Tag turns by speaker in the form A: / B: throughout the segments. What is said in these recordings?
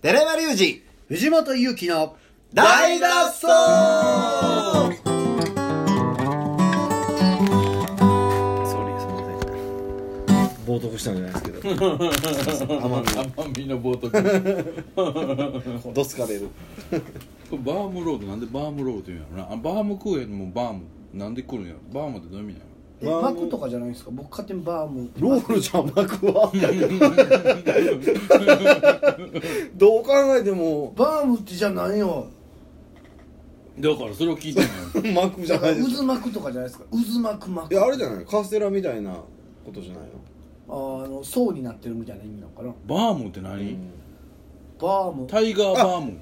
A: 寺山隆二
B: 藤本勇樹の
A: 大脱走
B: 総理すみません冒涜したんじゃないですけど
C: 奄美の冒涜
B: どつかれる
C: バームロードなんでバームロードって言うんやろなあバームクーヘンもバームなんで来るんやろバームってどういう意味な
D: え
B: バーム
D: 巻くとかじゃないんですか僕勝手にバーム
B: ロールじゃ甘くはどう考えても
D: バームってじゃないよ
C: のだからそれを聞いてんのよ
B: マックじゃ
D: だか
B: な
D: ら
B: いです
D: 渦巻くとかじゃないですか渦巻く巻
B: い
D: く
B: や
D: あ
B: あれじゃないカステラみたいなことじゃない
D: ー
B: の
D: あの層になってるみたいな意味なのかな
C: バームって何、
D: バーム
C: タイガーバーム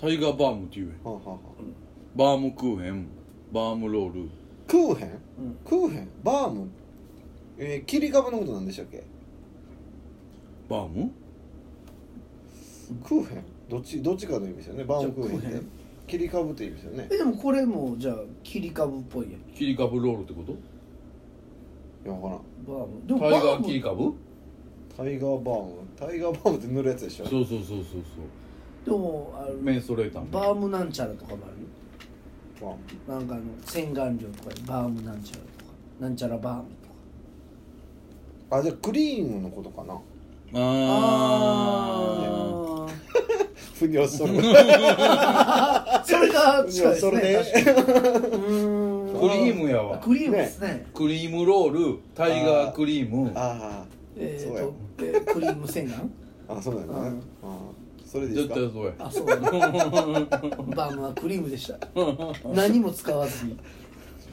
C: タイガーバームって言うや
B: はあ
C: ん
B: はあはあ
C: バームクーヘンバームロール
B: クーヘン、
D: うん
B: クーヘンバームえー、切り株のことなんでしたっけ
C: バーム
B: クーヘンどっちどっちかの意味ですよねバームクーヘンっ
D: じゃあクー
B: て
D: ヘン
B: 切り株って意味ですよね
D: えでもこれもじゃあ切り株っぽいやん
C: 切り株ロールってこと
B: いやわからん
D: バームでも
C: タ
D: バ
C: イガ
D: ー
C: ー切り
D: ム
C: 株
B: タイガーバームタイガーバームって塗るやつでしょ
C: そうそうそうそう
D: でもあ
C: そう
D: の
C: メンストレーター
D: バー
C: も
D: ムなんちゃらとかもあるよ
B: バ
D: な
B: ーム
D: んかあの洗顔料とかでバームなんちゃらとかなんちゃらバームとか
B: あじゃあクリームのことかな
C: あ
D: あ
B: ふにゃそる
D: ーそれが
B: ふに
D: 近い
B: ゃ
D: で
B: そ
D: す
B: る
D: ね
B: ね
D: うー
C: ー
D: ん
C: クリームやわ
D: クリームですね
C: クリームロールタイガークリーム
B: あ
D: えー、
B: そう
D: と、えークリーム洗 顔
B: ああそうだよね
D: う
B: あ
D: ん
B: ーそれでいい
C: 絶
B: で
C: 対
B: すか
C: そうや
D: あそうだ、ね、バームはクリームで した何も使わずに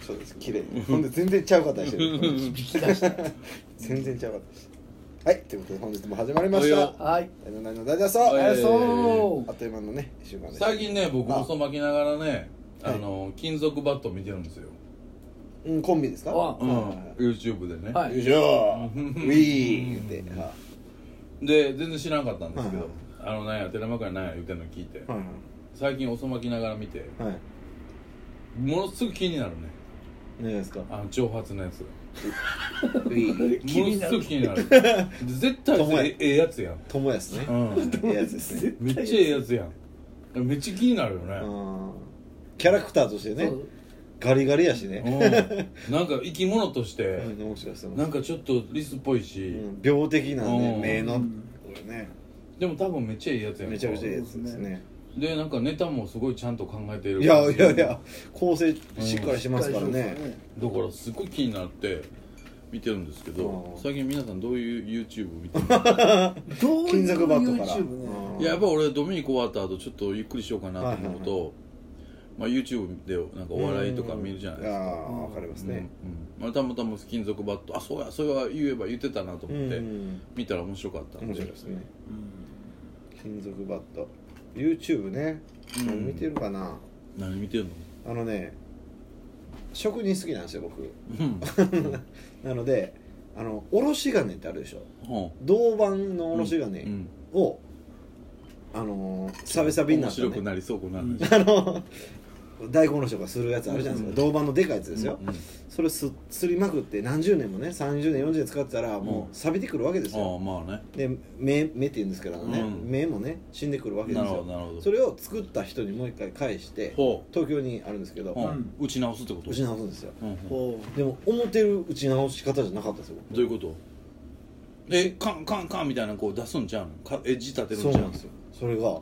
B: そうです綺麗ほんで全然ちゃうかったりしてる
D: 引き出した
B: 全然ちゃうかったりしてるはいということで本日も始まりまし
C: お
B: た
C: よ
D: はい
B: 「大の大の大だそ
C: は
B: う
C: い」
D: あそ
B: あっという間のね一週間でした
C: 最近ね僕
B: あ
C: 細巻きながらねあ
B: はい
C: の金属バット見てるんですよ
B: うんコンビですか
D: あ
C: うん YouTube でね
D: うはい
B: よいしょーウィーっては
C: で全然知らんかったんですけ
B: は
C: どあのなんや寺間からなんや言うてんの聞いて
B: いは
C: 最近細巻きながら見て
B: いはい
C: ものすごく気になるね
B: 何ですか
C: あの長髪のやつ
B: ウィー
C: ものすごく気になる絶対
B: ともや
C: えええやつやん
B: 友やすね
C: う ん
B: いいやつですね
C: めっちゃええやつやんめっちゃ気になるよ
B: う
C: ね
B: んキャラクターとしてね
D: そう
B: ガリガリやし
C: う
B: ね
C: んなんか生き物として
B: うん面白いですよ
C: なんかちょっとリスっぽいうし
B: ん病的な
C: う
B: ね
C: ん
B: 目
D: う
B: の
D: ん
B: これね
C: でも多分めっちゃええやつやん
B: めちゃくちゃいいやつですね
C: でなんかネタもすごいちゃんと考えてる
B: いやいやい
C: だ
B: や
C: か
B: 構成しっかりしてますから
D: 大丈夫です
B: ね
D: よ
C: らすごい気になって見てるんですけど
B: うん
C: 最近皆さんどういう YouTube 見てる の
D: どういう
B: 金属バットから
D: YouTube ね
B: うん
C: いややっぱ俺ドミニク終わった後ちょっとゆっくりしようかなと思うと、まあ、YouTube でなんかお笑いとか見るじゃないです
B: あ
C: か、
B: あわかります
C: うん
B: ね
C: うんまあ、たまたま金属バットあそうやそれは言えば言ってたなと
B: う
C: 思って、
B: ん
C: 見たら面白かったん
B: 面
C: で
B: 白いですね金属バット YouTube ね
C: うん
B: 何見てるかな
C: 何見て るの
B: あのね職人好きなんですよ僕
C: うん
B: なのであのおろし金ってあるでしょ
C: ほ
B: 銅板のおろし
C: うう
B: 金
C: ん
B: をあのーサビサビにな
C: 面
B: った
C: 白く
B: ね
C: なりそうこの話
B: あの大根おろしとかするやつあるじゃないですか銅板のでかいやつですよ
C: うん
B: それすすりまくって何十年もね30年40年使ってたらも
C: う
B: う錆びてくるわけです
C: ああ
B: よ
C: まあね
B: で目目って言うんですけどね
C: うん
B: 目もね死んでくるわけで
C: な
B: す
C: るほど
B: よ
C: なるほど
B: それを作った人にもう一回返して
C: ほ
B: 東京にあるんですけ
C: う、う
B: ど
C: ん、打ち直すってこと
B: 打ち直すんですよ
C: うんうん
D: こ
B: でも思ってる打ち直し方じゃなかったですよ
C: どういうことえカンカンカンみたいなのこう出すんちゃうのかエッジ立てるんち
B: そ
C: ゃ
B: うう
C: の
B: なんですよそれが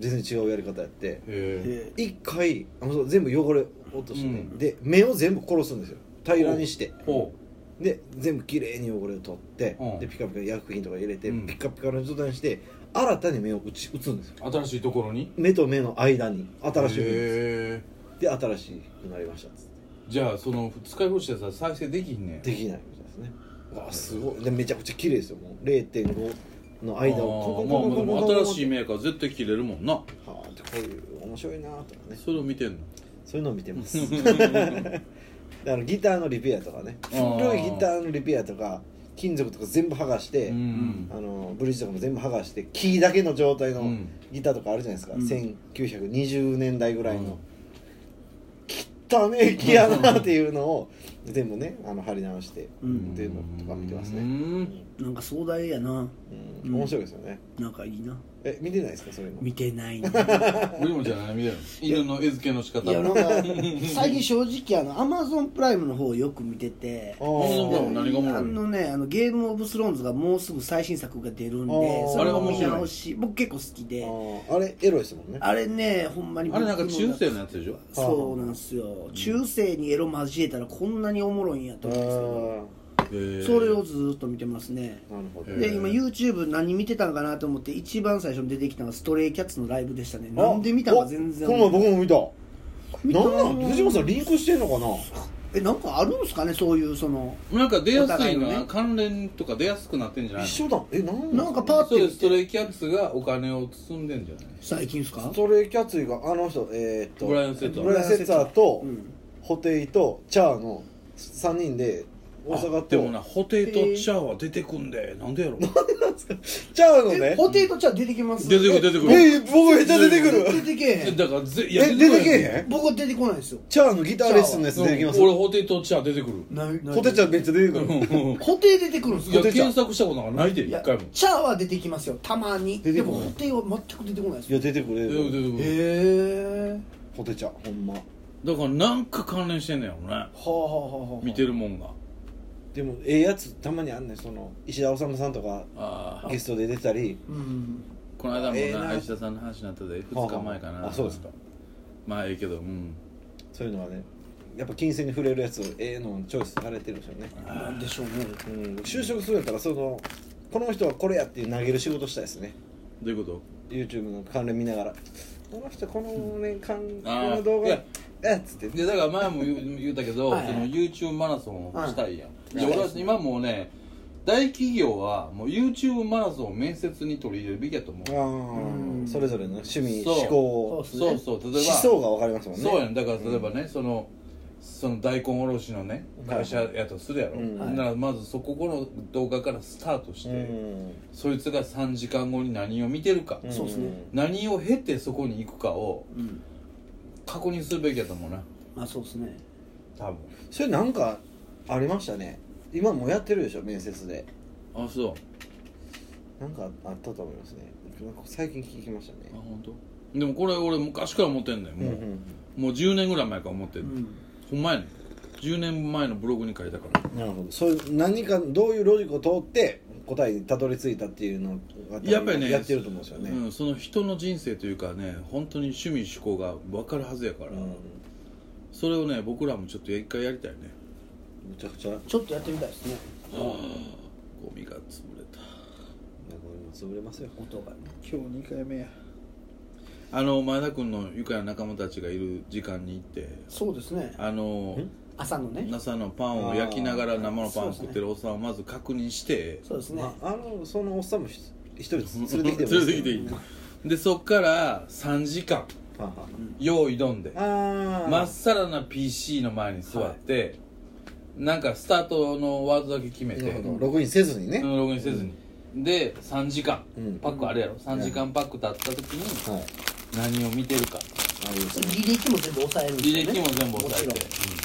B: 全然違うやり方やって
D: う
C: へ
D: で
B: 一回あのそう全部汚れ落としてね、
C: うん
B: で目を全部殺すんですよ平らにして
C: えほ
B: で全部綺麗に汚れを取って、
C: うん
B: でピカピカ薬品とか入れて、
C: うん
B: ピカピカの状態にして新たに目を打ち打つんですよ
C: う新しいところに
B: 目と目の間に新しい目です
C: へえ
B: で新しくなりましたっつっ
C: じゃあその使い放したやつは再生できひんねん
B: てできないみたいですねわあすごいでめちゃくちゃ綺麗ですよもう0.5の間をコンコンコンコンコンコンコンコン
C: 新しいメーカー絶対切れるもんな
B: はあでこういう面白いなとかね
C: それを見てんの
B: そういうのを見てますあのギターのリペアとかね古いギターのリペアとか金属とか全部剥がして、
C: うん
B: あのブリッジとかも全部剥がしてキーだけの状態
C: う
B: の
C: ん
B: ギターとかあるじゃないですか、
D: うん
B: 1920年代ぐらいの、
C: うん
B: 汚ねえ木やなっていうのを全部ねあの貼り直して、
D: うん
B: っていうのとか見てますね、
C: う
B: うんん
D: うなんか壮大やな
B: うんうん面白いですよね
D: なんかいいな
B: え見てないですかそういうの
D: 見てないな
C: 俺もじゃないみたいな犬の餌付けの仕方
D: いやなんか 最近正直あのアマゾンプライムの方をよく見てて
B: あ
C: そうな
B: ー
C: の何がおもろい
D: あのねあのゲームオブスローンズがもうすぐ最新作が出るん
B: あ
D: で
B: ー
D: それも見
C: あれ面白い
D: 直し僕結構好きで
B: あーあれエロいですもんね
D: あれねほんまに
C: あれなんか
D: 僕も
C: 中世のやつでしょ
D: そうなんですよ中世にエロ交えたらこんなにおもろいんやと
B: あー
D: 思うんですけど
C: へー
D: それをずーっと見てますね
B: なるほど
C: へー
D: で今 YouTube 何見てたんかなと思って一番最初に出てきたのがストレイキャッツのライブでしたねなんで見たか全然
B: あこの前僕も見た
D: 見た
B: なんなん藤本さんリンクしてんのかな
D: えなんかあるんですかねそういうその
C: なんか出や
D: お
C: す
D: 互い
C: い
D: の
C: な、
D: ね
C: 関連とか出やすくなってんじゃない
B: 一緒だえなん
D: なんかパーテ
C: そ
D: ィ
C: れ
D: ー
C: ストレイキャッツがお金を包んでんじゃない
D: 最近ですか
B: ストレイキャッツがあの人えーっと
C: ブライアンセッター
B: ブライアンセッターと
D: うん
B: ホテイとチャーの3人で大阪
C: でもな
B: と
C: ホテイとチャーは出てくんでなんでやろ
B: チャーの
D: え
B: ね
D: ポテトちゃん出てきます
C: 出てくる出てくる
B: えー僕めっちゃ出てく
D: 出
B: る
D: てけえへん
C: だからぜいや
B: え出てけえ
C: ん
B: へん
D: 僕は出てこないですよ
B: チャーのギターレッスンのやつ
C: う
B: 出てき
C: ん
B: ます
C: 俺ホテイとチャー出てくる
B: ホテちゃんめっちゃ出てくる
D: 固定出てくるんです
C: い
D: か
C: や検索したことがないで
D: い
C: 一
D: や
C: 回も
D: チャーは出てきますよたまに
B: 出
D: で
B: てこ
D: も
B: ない
D: 固定は全く出てこないです
B: い
D: よ
B: や出てく
C: 出
B: れ
C: てくる出
B: る
C: てく
D: へ
C: る
D: え
B: ホテちゃんほんま
C: だからなんか関連してんねやろね
D: はあはあはあはあ
C: 見てるもんが
B: でもええやつたまにあんねんその石田修さんとか
C: ああ
B: ゲストで出てたり
D: うん
C: この間も
B: ええ
C: な
B: な
C: 林田さんの話になったで2日前か
B: はあ
C: な
B: はああそうですか
C: まあええけどうん
B: そういうのはねやっぱ金銭に触れるやつをええのをチョイスされてるんですよね
D: なんでしょうね
B: うん就職するんやったらそのこの人はこれやっていう投げる仕事したいですね
C: どういうこ
B: YouTube の関連見ながらこの人このね関連
C: あー
B: の動画
C: いや
B: えっつって
C: といやだから前も言う 言うたけど
D: はいはい
C: その YouTube マラソンをしたいやん
D: い
C: で俺は今もうね大企業はもう YouTube マラソンを面接に取り入れるべきやと思う
B: あーそれぞれの趣味
C: そう
B: 思考
D: そ
C: そうそう例
B: 思
C: えば
B: 想が分かりますもんね
C: そうやねだから例えばね、そのその大根おろしのね会社やとするやろ、
B: うん
C: ならまずそこの動画からスタートして、
B: うん
C: そいつが3時間後に何を見てるか、
D: そうですね
C: 何を経てそこに行くかを
D: うん
C: 確認するべきやと思うな
D: まあそうですね
C: 多分
B: それなんかありましたね今もうやってるでしょ面接で
C: あそう
B: なんかあったと思いますねなんか最近聞きました
C: あ
B: ね
C: 本当。でもこれ俺昔から思ってんねんもう,、
B: うんうん
C: もう10年ぐらい前から思ってる、
D: ん
C: ほんまやねん10年前のブログに書いたから
B: なるほどそういう何かどういうロジックを通って答えにたどり着いたっていうのが
C: やっぱりね
B: やってると思うんですよね、
C: うん、その人の人生というかね本当に趣味趣向が分かるはずやから、
B: うん
C: それをね僕らもちょっと一回やりたいね
B: むちゃくちゃなんか
D: ちょっとやってみたいですね
C: ゴミが潰れた
B: 俺も潰れますよ
D: 音がね今日2回目や
C: あの前田君の愉快な仲間たちがいる時間に行って
D: そうですね
C: あの
D: 朝のね
C: 朝のパンを焼きながら生のパン
D: あー
C: を食ってるおっさんをまず確認して
D: そうですね
B: まあ、あのそのおっさんもひ一人連れてきても
C: 連れてきてい
B: い
C: いでそっから3時間
B: はは
C: 用意どんで
B: ああ
C: まっさらな PC の前に座って、なんかスタートのワードだけ決めて
B: なるほどログインせずにね、
C: うんログインせずに、で3時間、
B: うん
C: パックあれやろ3時間パック経った時に
B: はい
C: 何を見てる
B: あ
C: か
B: あいうその
D: 履歴も全部抑えるんです
C: 履
D: よね
C: 歴も全部押さえ
D: も
C: て
D: ちろん、
C: うん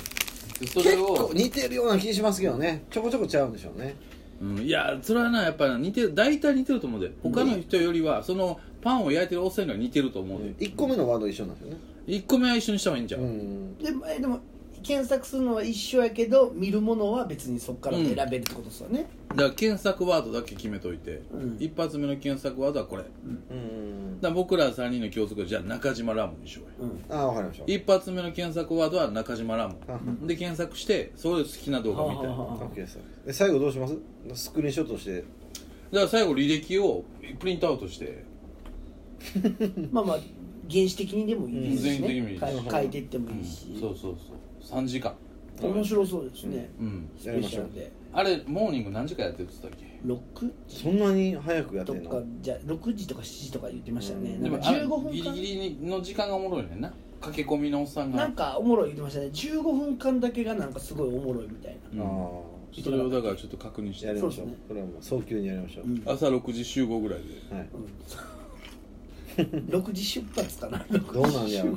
C: でそれ
B: 結構
C: を、
B: 似てるような気しますけどねちょこちょこちゃうんでしょうね
C: うん、いやそれはなやっぱり似てる大体似てると思うで他の人よりはそのパンを焼いてるおっさんには似てると思うで、
B: 一個目のワード一緒なんですよね
C: 1個目は一緒にした方がいいんじゃん、
B: うん
D: でもえでも検索するのは一緒やけど見るものは別にそこから選べるってことですよね、
C: だから検索ワードだけ決めといて、
D: うん
C: 一発目の検索ワードはこれだか
B: うん
C: ら僕ら3人の共通項じゃあ中島ラームにしようよ
D: うん、
B: ああわかりました
C: 一発目の検索ワードは中島ラー
B: はは
C: ムで検索してそこで好きな動画見たい
D: はあはあは
C: だ
D: あ
B: OK ですで最後どうしますスクリーンショットして
C: から最後履歴をプリントアウトして
D: まあまあ原始的にでもいいですし
C: うん全員
D: ね
C: 的にもいい
D: 変え変えていってもいいし、
C: そうそうそう3時間
D: 面白そうですね、
C: うん
D: スペシャルで
C: あれモーニング何時間やってるって言ってたっけ
D: 6
B: そんなに早くやって
D: と
B: ん
D: か
B: の
D: じゃ6時とか7時とか言ってましたよね、
B: うん
D: なんか
C: あれ
D: 15分
C: ギリ
D: 間
C: ギリの時間がおもろいねんな駆け込みのおっさん
D: な
C: が
D: んかおもろい言ってましたね15分間だけがなんかすごいおもろいみたいな、
C: うん
B: あ
C: それをだからちょっと確認し
B: あや
C: て
B: りまし
D: そ
B: ょ
D: う
B: う
D: ですね
B: これはもう早急にやりましょう
C: 朝6時集合ぐらいで
B: はい
D: 6時出発かな
B: どうなんやろう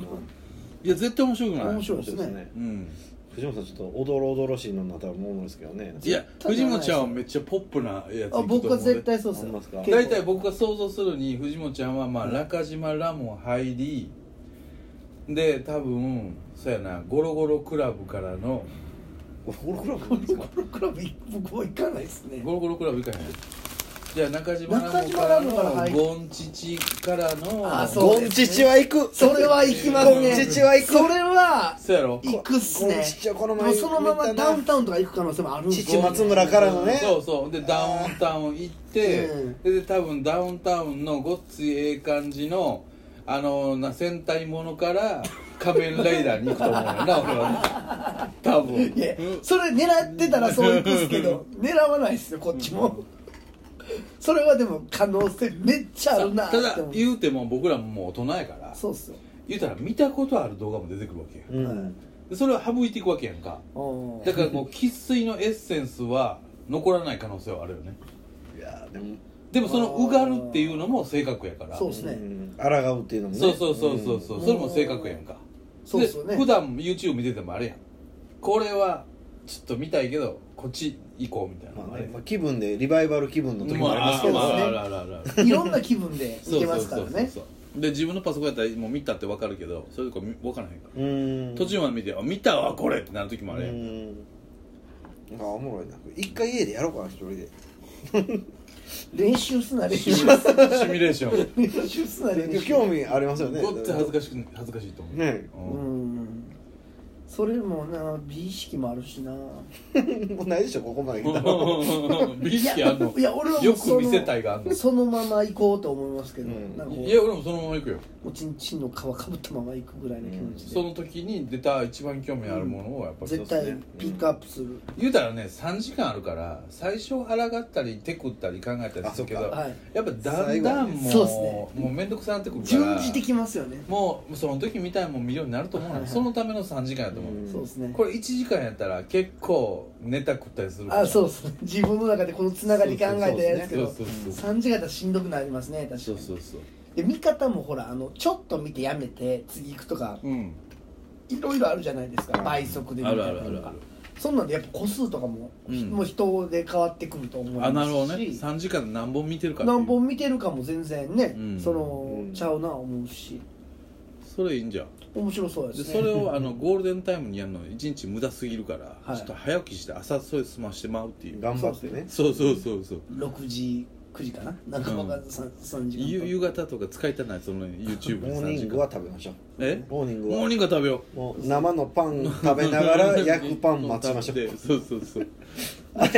C: いや絶対面白くない
D: 面白い
B: な
D: です
B: そう
D: ね
B: ですね
C: うん
B: 藤本さんちょっとおどろおどろしいのになったら思うんですけどね
C: いや藤本ちゃんはめっちゃポップなやつ
D: あ僕は絶対そうっす
B: ほんま
D: よ
B: っすか
D: 結構
C: 大体僕が想像するに藤本ちゃんはまあ中島ラモン入りで多分そうやなゴロゴロクラブからの
B: ゴロゴロゴロですか
D: ゴルフクラブい僕も行かないですね
C: ゴロゴロクラブいかへんじゃあ中島ラ
D: 中
C: モンか
D: 島ラ
C: ら
D: モンから入
C: の
D: り
C: ゴンチチからの
D: あそう
B: ゴンチチは行く
D: それは行きますね
B: ゴンチチは行く
D: それは
C: そうやろ
D: 行くっす
B: こ
D: ね
B: のちっちゃいこの前
D: もうそのまま
B: 見た
D: ダ
B: な
D: ウンタウンとか行く可能性もあるんです
B: 父松村からのね
C: そうそうでダウンタウン行って、
D: うん
C: で多分ダウンタウンのごっついええ感じのあのな戦隊ものから仮面ライダーに行くと思うよな俺はな多分
D: いやそれ狙ってたらそう行くっすけど狙わないっすよこっちもそれはでも可能性めっちゃあるな
C: ただ
D: って思う
C: 言うても僕らももう大人やから
D: そうっすよ
C: 言うたら見たことある動画も出てくるわけやん
B: うん
C: でそれを省いていくわけやんか
D: うん
C: だからもう生粋のエッセンスは残らない可能性はあるよね
B: いやでも
C: でもそのうがるっていうのも性格やから
D: そうっす
B: う
D: ね
B: ん抗うっていうのもね
C: そうそうそうそうそう、
D: うん
C: それも性格やんか
D: そうっすよね
C: 普段 YouTube 見ててもあれやんこれはちょっと見たいけどこっち行こうみたいな
B: ま
C: の
B: あ
C: あ
B: ね
C: れ
B: まあ気分でリバイバル気分の時もありますけ
D: ま
B: ど
D: あ
B: ね
C: あるあるある
D: いろんな気分で
C: そ
D: 行
C: う
D: け
C: そ
D: ま
C: う
D: すか
C: そ
D: ら
C: うそう
D: ね
C: そうで自分のパソコンやったらもう見たって分かるけどそれとか見分からへんから、
B: うん
C: 途中まで見てあ見たわこれってなる時もあ
B: う
C: れやん、
B: んなんかおもろいな一回家でやろうかな一人で
D: 練習すな練習
C: シミュレシミュレーション
D: 練習すな練習
B: 興味ありますよね
C: ごっつ恥ずかしく恥ずかしいと思う
B: ね
C: う
D: うんんそれもな美意識もあるしな
B: もうないでしょここまで来たら
C: 美意識あんの
D: いや俺はもう
C: よ
D: その
C: く見せたいがあんの
D: そのまま行こうと思いますけど、
B: うん
D: なんかこ
C: いや俺もそのまま行くよ
D: うおちんちんの皮かぶったまま行くぐらいの気持ちで、
C: その時に出た一番興味あるものをやっぱり
D: 絶対ピックアップする、
C: 言うたらね3時間あるから最初腹がったり手食ったり考えたりするけど、
B: あそっ
D: はい
C: やっぱだんだんもう
D: 最後はねそうっすね
C: もう面倒くさなってくるから
D: 順次できますよね、
C: もうその時みたいもん見るようになると思うの、
D: はいはい
C: そのための3時間やと思う、
B: うん
D: そうですね
C: これ1時間やったら結構ネタ食ったりするから
D: あそうですね自分の中でこのつながり考えてやるんですけど
C: そうそうそう
D: 3時方しんどくなりますね確
C: そう
D: か
C: そ
D: に
C: うそう
D: で見方もほらあのちょっと見てやめて次行くとか
C: うん
D: いろいろあるじゃないですか
B: うん
D: 倍速で見
C: あ
D: たり
C: る
D: とか
C: あるあるある
D: そんなんでやっぱ個数とかも、
C: うん
D: もう人で変わってくると思いますし
C: あなるほどね3時間で何本見てるかっていう
D: 何本見てるかも全然ね、
C: うん
D: その、
B: うん
D: ちゃうな思うし
C: それいいんじゃん
D: 面白そうや
C: で
D: ですね
C: それをあのゴールデンタイムにやるの一日無駄すぎるから、
D: はい
C: ちょっと早起きして朝それ済ましてまうっていう
B: 頑張ってね
C: そうそうそうそう
D: 6時9時かな仲間が 3,、三時間
C: 夕夕方とか使いたないその YouTube
B: モ
C: の
B: ー
C: 3
B: ニ
C: 時
B: ング
C: 間
B: は食べましょう
C: え
B: モーニング
C: モー
B: は
C: ニングは食べよ
B: もう生のパン食べながら
C: う
B: 焼くパン待ちましょう
C: でそうそうそう
B: あれあ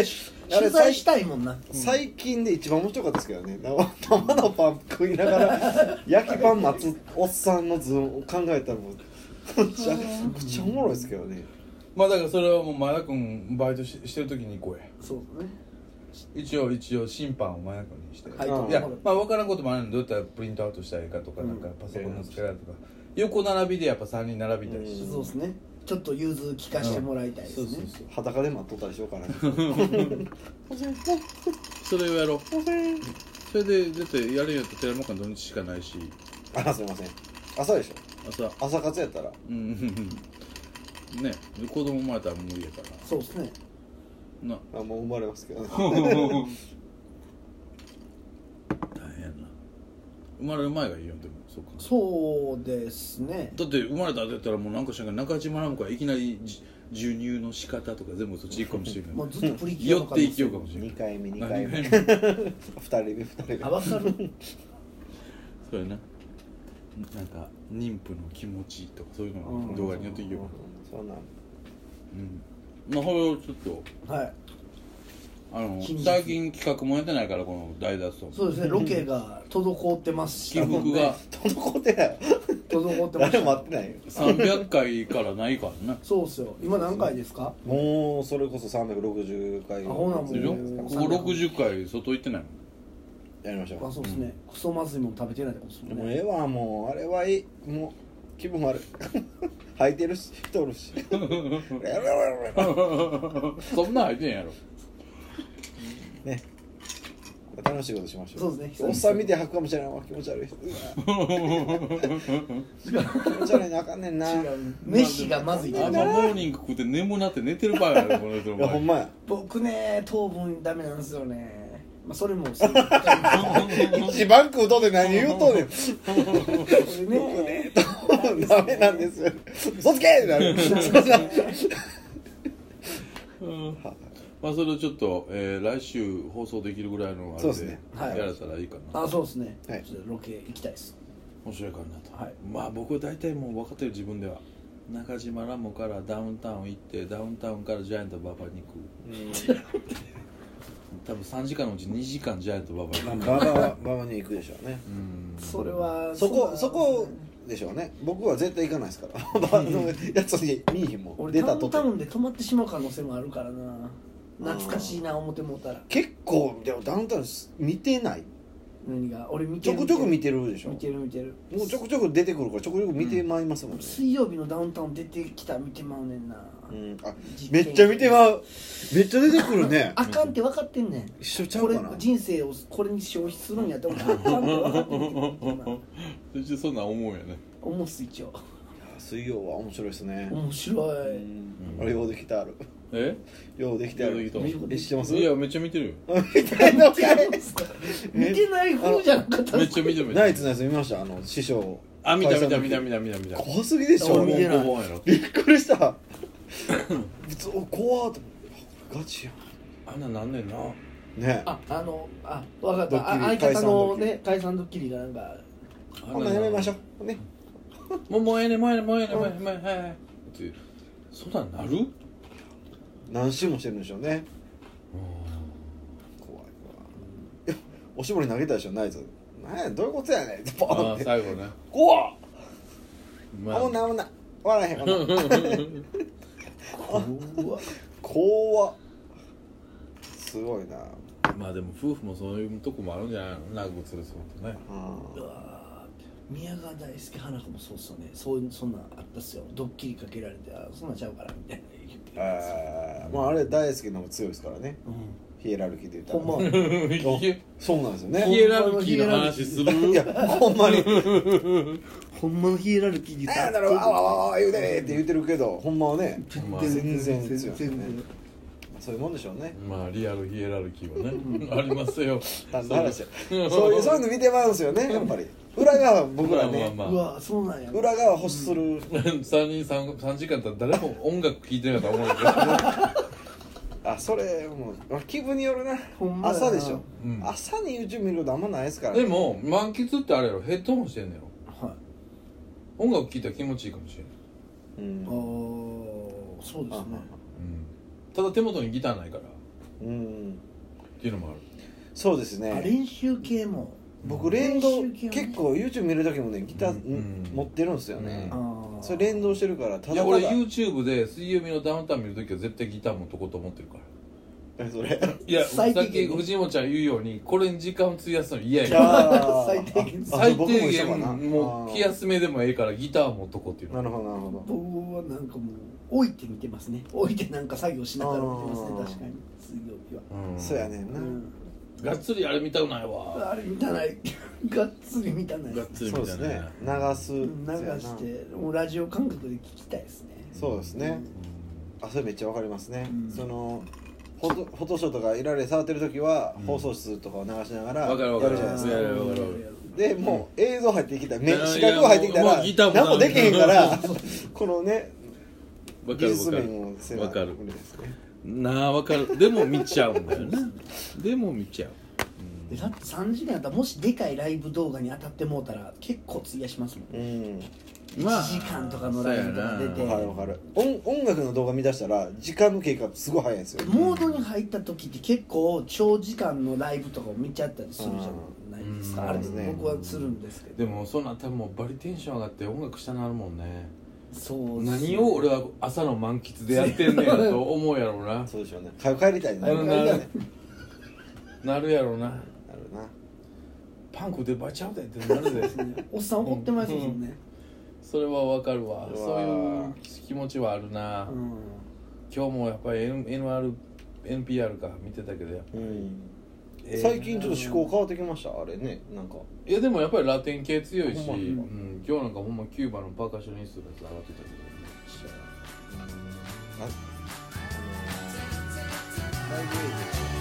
D: 取
B: れ
D: 材
B: 最
D: したいもんな
B: 最近で一番面白かったですけどね生生のパン食いながら焼きパン待つおっさんの図を考えたらもうめっちゃめっちゃおもろいですけどね
C: まあだからそれはもう前田君バイトししてる時に行こうや
D: そうね
C: 一応一応審判を前田君にして、
D: はい
B: うん
C: いやまあ分からんこともあるのでどうやったらプリントアウトしたらいいかとか、
D: うん
C: なんかパソコンの使い方とか横並びでやっぱ3人並びたりして、
D: そうですねちょっと融通聞かしてもらいたいです
C: そう
D: ね、
C: そうそう
B: 裸で待っとったりしようかな
C: それをやろうそれでだってやるんやったら寺山君土日しかないし
B: あすいません朝でしょ
C: 朝
B: 朝活やったら
C: うんうんうんね子供生まれたら無理やから
D: そうですね
C: な
B: あもう生まれますけどね
C: 大変やな生まれる前がいいよでもそうか
D: そうですね
C: だって生まれたって言ったらもうなんかしなきゃ中島なんかいきなりじ授乳の仕方とか全部そっち行くかもしれない
D: もうずっとプリキュ
C: 寄
D: アの
C: っていきようかもしれない
B: 2回目2回
C: 何
B: 目2
C: 回目
B: 人目2人目
D: あわかる
C: そうやななんか妊婦の気持ちとかそういうの
D: う
C: も
D: ん
C: 動画によっていいようか
B: そうなん
C: うんまあこれをちょっと
D: はい
C: あの
D: 近日
C: 最近企画もやってないからこの大脱走
D: そうですねロケが滞ってますし
C: 起伏が
B: 滞ってない
D: 滞ってます
B: 誰も待ってないよ
C: 300回からないからね
D: そうっすよ今何回ですか
B: もうそれこそ360回
D: あほなもう
C: でしょ
D: うん
C: ここ60回外行ってない
B: やりましょ
D: あ
B: う
D: そうですね、クソまずいもん食べてないってことですもん
B: もう
D: ね
B: ええわもうあれはいいもう気分悪い 履いてるし人おるし
C: もんそんなん入ってんやろ
B: ね楽楽しいことしましょう
D: そうですね
B: おっさん見て吐くかもしれないわ気持ち悪いうわ気持ち悪いなあかんねん な
D: 違う飯がまずい
C: あんまモーニング食って眠なって寝てる場合あるこの人
B: いやほ んまや
D: 僕ね糖分ダメなんですよねまあそれ もそうこ
B: 一番食うとで何言う とんねん
D: れね
B: ダメなんですよ嘘つけってなる そんな
C: うんまあそれをちょっと、えー、来週放送できるぐらいのあれで
B: そうですね
D: はい
C: やれたらいいかな、
D: あそうですね、
B: はい
D: ちょっとロケ行きたいです
C: 面白いかなと、
D: はい
C: まあ僕は大体もう分かってる自分では中島ラモからダウンタウン行ってダウンタウンからジャイアント馬場に行く多分3時間のうち2時間ジャイアント馬場に行く
B: まあババババに行くでしょうね
C: うん
D: それ は
B: そこそこ
D: んな
B: でしょうね僕は絶対行かないですからババのやつに見えへんもん
D: 俺
B: 出
D: ダ
B: た
D: ウ
B: と
D: ン
B: て
D: タウンで泊まってしまう可能性もあるからな懐かしいな思ってもうたら
B: 結構でもダウンタウン見てない
D: 何が俺見
B: ち
D: て
B: ょ
D: る
B: くちょく見てるでしょ
D: 見てる見てる
B: もうちょくちょく出てくるからちょくちょく見てまいりますもんね、
D: 水曜日のダウンタウン出てきたら見てまうねんな、
B: うん、あ
D: 実験
B: めっちゃ見てまうめっちゃ出てくる ね
D: あかんって分かってんねん
B: 一緒ちゃ
D: こ
B: う
D: れ
B: かな
D: 人生をこれに消費するんやって俺あかんって分かって んねんけどな
C: そしてそんなん思うよね
D: 思うっす一応
B: 水曜は面白いですね、
D: 面白
B: う
D: い、
B: ん、あれようできたある
C: え
B: ようできたあ
C: ようで
B: る
C: きた
B: え知ってます
C: いやめっちゃ見てるよ
B: 見てんのかい
D: 見てない方じゃなかった
C: めっちゃ見てるめっちゃ
B: ナ
C: 見
B: イ
C: て
B: ツ
C: る
B: のやつ見ましたあの師匠
C: あ見た見た
B: 解散
C: 見
B: の時
C: た見た見た見た見
B: 怖すぎでしょ
D: 見てない
C: た本やろ
B: びっくりした 普通お怖っと思ってガチや
C: あんなんなんねんなん
B: ね
D: ああのあ分かっ
B: ド
D: た
B: ッキ
D: あ
B: リ
D: 相方のね解散ドッキリがなんか
B: こんなんやめましょうね
C: もうもうええねもうええねもうええねもうええねもうええねはいはいってそんなんなる
B: 何周もしてるんでしょうね怖いわいやおしぼり投げたでしょナイツなんやどういうことやねんってポ
C: あ
B: ンっ
C: あ
B: て
C: 最後ね
B: 怖っ
C: ま
B: 危ない危ない笑えへん かな
D: うわ
B: 怖っすごいな
C: まあでも夫婦もそういうとこもあるんじゃないの長く連れ添うとね
B: うん
D: うわ宮川大輔花子もそうっすよねそういうそんなんあったっすよドッキリかけられてあそんなんちゃうからみたいな言って
B: えーまああれ大好きの方が強いですからね
D: うん
B: ヒエラルキーで言った
D: ほ
B: ら
D: んま
B: あそうなんですよ
C: ヒ
B: ね
C: エラルキーの話する
B: いやほんまに
D: ほんまのヒエラルキーで
B: 何やだろうあわわわ言うてねって言ってるけどほんまはね
C: まあ
B: 全然強いよね
D: 全然
B: そういうもんでしょうね
C: まあリアルヒエラルキーはねありますよ
B: 単な話やそういうそういうの見てまうんですよねやっぱり裏側僕らね
C: まあ
D: う
C: まあまあ
D: わそうなんや
B: 裏側欲する
C: 3人三三時間だったら誰も音楽聴いてなかったら思うけど
B: あそれもうあ気分によるな
D: ほんまやな
B: 朝でしょ
C: うん
B: 朝に YouTube 見ることあんまないですから
C: でも満喫ってあれやろヘッドホンしてんのよ
D: はい
C: 音楽聴いたら気持ちいいかもしれない、
B: うん
D: あーそうですね
C: うん、ただ手元にギターないからっ
B: うん
C: ていうのもある
B: そうです
D: あ
B: ね
D: 練習系も
B: 僕連動
D: 練習系はね
B: 結構 YouTube 見る時もねギター
C: うん
B: 持ってるんですよね
C: う
D: あー
B: それ連動してるからた
C: い
B: だ
C: や
B: た
C: 俺
B: だ
C: YouTube で水曜日のダウンタウン見るときは絶対ギター持っとこうと思ってるから
B: えそれ
C: いやさっ
D: 最低
C: き
D: 限
C: 藤本ちゃん言うようにこれに時間を費やすの嫌やから
B: あー
D: 最低限
B: あそう
C: 最
B: 僕
C: 低
B: 一緒
C: 限
B: かな
C: もう気休めでもええからギター持っとこうっていう
B: な
C: の
B: るほどなるほど
D: 僕はなんかもう置いて見てますね置いてなんか作業しながら見てますね
B: あー
D: 確かに水曜日は、
C: うん
B: そうやねん
D: う、
B: なん
C: がっつりあれ見たくないわ
D: あれ見たないがっつり見たない
C: がっつり
B: そう
C: 見
B: で
C: た
B: す
C: くない
B: ね
C: な
B: 流す
D: 流
B: やな
D: してもうラジオ感覚で聞きたいですね
B: そうですねあそれめっちゃわかりますね、
D: うん
B: そのフォトフォトショーとかいられ触ってる時は、
C: うん
B: 放送室とかを流しながらや
C: わ
B: る
C: か
B: じ
C: る
B: ゃ
C: わかる
B: ないですか
C: やいやわかるわかる
B: でもう映像入ってきたら、
C: い
B: ね
C: や、
B: 視覚が入ってきた
C: も
B: ら
C: うギターも
B: 何もできへん から
C: ダメ
B: このね
C: わか
B: 技術
C: るわか
B: 面をせな
C: るわかる
B: 無理ですね
C: なあわかるでも見ちゃうんだよねでも見ちゃう
D: でだって3時間やったらもしでかいライブ動画に当たってもうたら結構費やしますもん
B: うん
D: 1時間とかのライブとか出て
C: そうや
B: わか
C: な
B: るわかる音音楽の動画見出したら時間の経過すごい早いんですよ
D: モードに入った時って結構長時間のライブとかを見ちゃったりするじゃないです
C: うん
D: かあれ
B: そうですね
D: 僕はするんですけど
C: でもそうなったらもうバリテンション上がって音楽したなるもんね
D: そうですね
C: 何を俺は朝の満喫でやってんねんと思うやろうな
B: そうでしょうね早く帰りたいね
C: なる
B: な
C: な
B: る
C: るなるやろうな
B: な
C: パンクでバちゃうでってなるで
D: おっさん怒ってますもんね、
C: それはわかるわ
B: うわ
C: そういう気持ちはあるな、
D: うん
C: 今日もやっぱり N- NR NPR か見てたけどやっぱ
B: うん
C: えー
B: 最近ちょっと思考変わってきましたあれねなんか
C: いやでもやっぱりラテン系強いし、
B: ほんまに
C: うん、今日なんかほんまキューバのパーカッショニストのやつ上がってたけど
B: あのー
D: ライブエイド